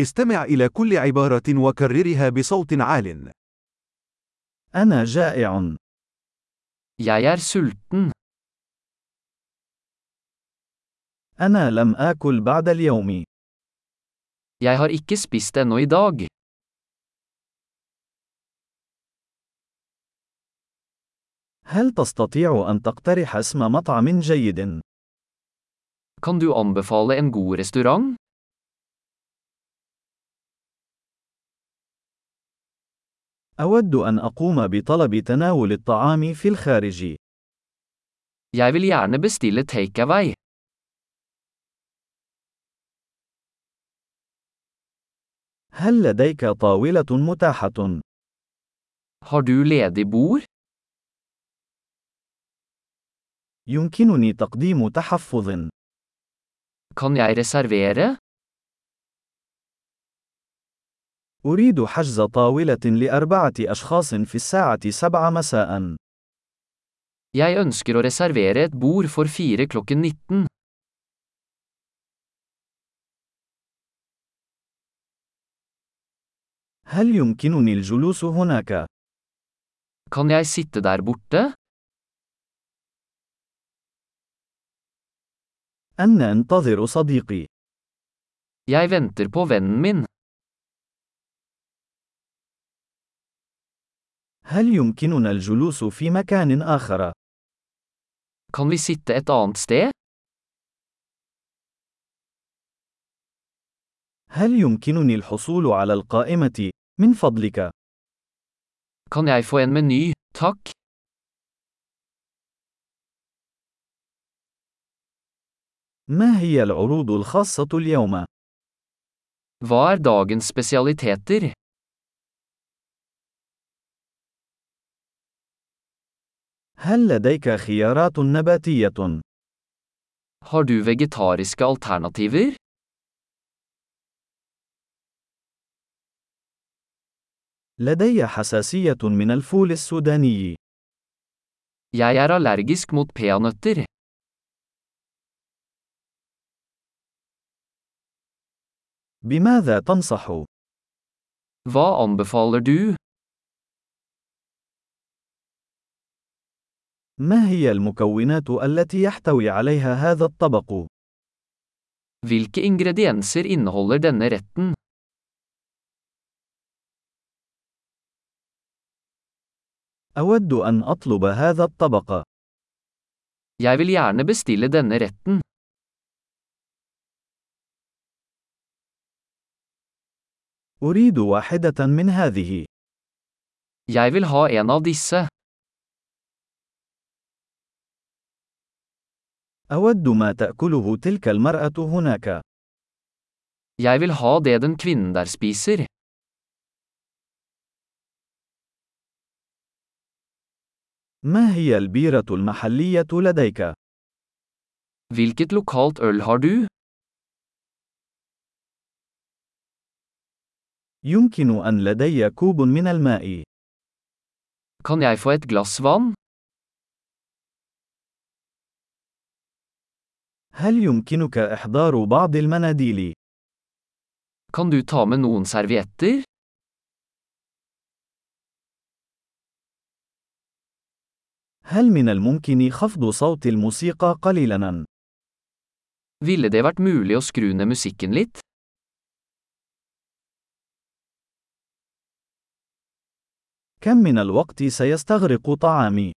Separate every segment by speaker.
Speaker 1: استمع إلى كل عبارة وكررها بصوت عال.
Speaker 2: أنا جائع.
Speaker 3: Jeg er sulten.
Speaker 2: أنا لم آكل بعد اليوم.
Speaker 3: Jeg har ikke spist ennå i dag.
Speaker 2: هل تستطيع أن تقترح اسم مطعم جيد؟
Speaker 3: Kan du anbefale en god restaurant?
Speaker 2: أود أن أقوم بطلب تناول الطعام في الخارج.
Speaker 3: Jeg vil gjerne bestille takeaway.
Speaker 2: هل لديك طاولة متاحة؟
Speaker 3: Har du ledig bord?
Speaker 2: يمكنني تقديم تحفظ.
Speaker 3: Kan jeg reservere?
Speaker 2: أريد حجز طاولة لأربعة أشخاص في الساعة 7 مساء.
Speaker 3: Jeg ønsker å reservere et bord for fire klokken 19.
Speaker 2: هل يمكنني الجلوس هناك؟
Speaker 3: Kan jeg sitte der borte?
Speaker 2: أنا أنتظر صديقي.
Speaker 3: Jeg venter på vennen min.
Speaker 2: هل يمكننا الجلوس في مكان آخر؟
Speaker 3: Kan vi sitte et annet sted?
Speaker 2: هل يمكنني الحصول على القائمة؟ من فضلك.
Speaker 3: Kan jeg få en meny? Takk.
Speaker 2: ما هي العروض الخاصة اليوم؟
Speaker 3: Hva er dagens spesialiteter?
Speaker 2: هل لديك خيارات نباتية؟
Speaker 3: Har du vegetariske alternativer?
Speaker 2: لدي حساسية من الفول السوداني.
Speaker 3: Jeg er allergisk mot peanøtter.
Speaker 2: بماذا تنصح؟
Speaker 3: Hva anbefaler du?
Speaker 2: ما هي المكونات التي يحتوي عليها هذا الطبق؟
Speaker 3: Hvilke ingredienser inneholder denne retten?
Speaker 2: أود أن أطلب هذا الطبق.
Speaker 3: Jeg vil gjerne bestille denne retten.
Speaker 2: أريد واحدة من هذه.
Speaker 3: Jeg vil ha en av disse.
Speaker 2: أود ما تأكله تلك المرأة هناك.
Speaker 3: Jeg vil ha det den kvinnen der spiser.
Speaker 2: ما هي البيرة المحلية لديك؟
Speaker 3: Hvilket lokalt øl har du?
Speaker 2: يمكن أن لدي كوب من الماء.
Speaker 3: Kan jeg få et glass vann?
Speaker 2: هل يمكنك إحضار بعض المناديل؟
Speaker 3: Kan du ta med noen servietter?
Speaker 2: هل من الممكن خفض صوت الموسيقى قليلاً؟
Speaker 3: Ville det vært mulig å skru ned musikken litt?
Speaker 2: كم من الوقت سيستغرق طعامي؟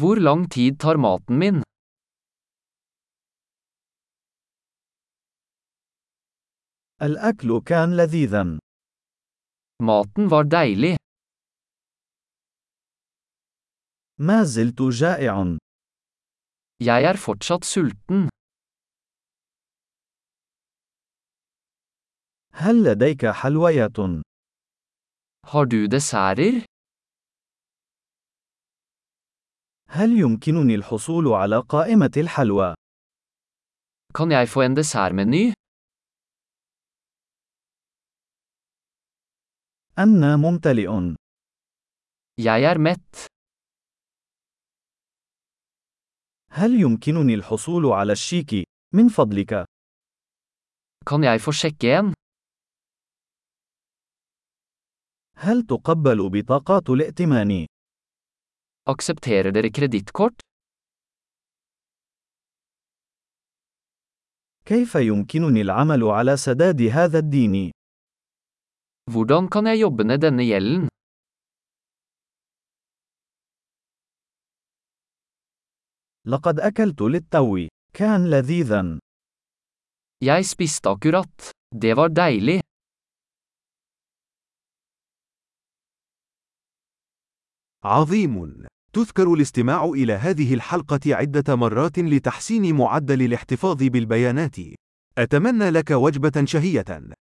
Speaker 3: Hvor lang tid tar maten min?
Speaker 2: الأكل كان لذيذاً.
Speaker 3: Maten var deilig.
Speaker 2: ما زلت جائع.
Speaker 3: Jeg er fortsatt sulten.
Speaker 2: هل لديك حلويات؟
Speaker 3: Har du desserter?
Speaker 2: هل يمكنني الحصول على قائمة الحلوى؟
Speaker 3: Kan jeg få en dessertmeny?
Speaker 2: أنا ممتلئ.
Speaker 3: Jeg er mett.
Speaker 2: هل يمكنني الحصول على الشيك؟ من فضلك.
Speaker 3: Kan jeg få sjekke en?
Speaker 2: هل تقبل بطاقات الائتمان؟
Speaker 3: Aksepterer dere kredittkort?
Speaker 2: كيف يمكنني العمل على سداد هذا الدين؟
Speaker 3: Hvordan kan jeg jobbe ned denne gjelden?
Speaker 2: لقد أكلت للتو. كان لذيذا.
Speaker 3: Jeg spiste akkurat. Det var deilig.
Speaker 1: عظيم. تذكر الاستماع إلى هذه الحلقة عدة مرات لتحسين معدل الاحتفاظ بالبيانات. أتمنى لك وجبة شهية.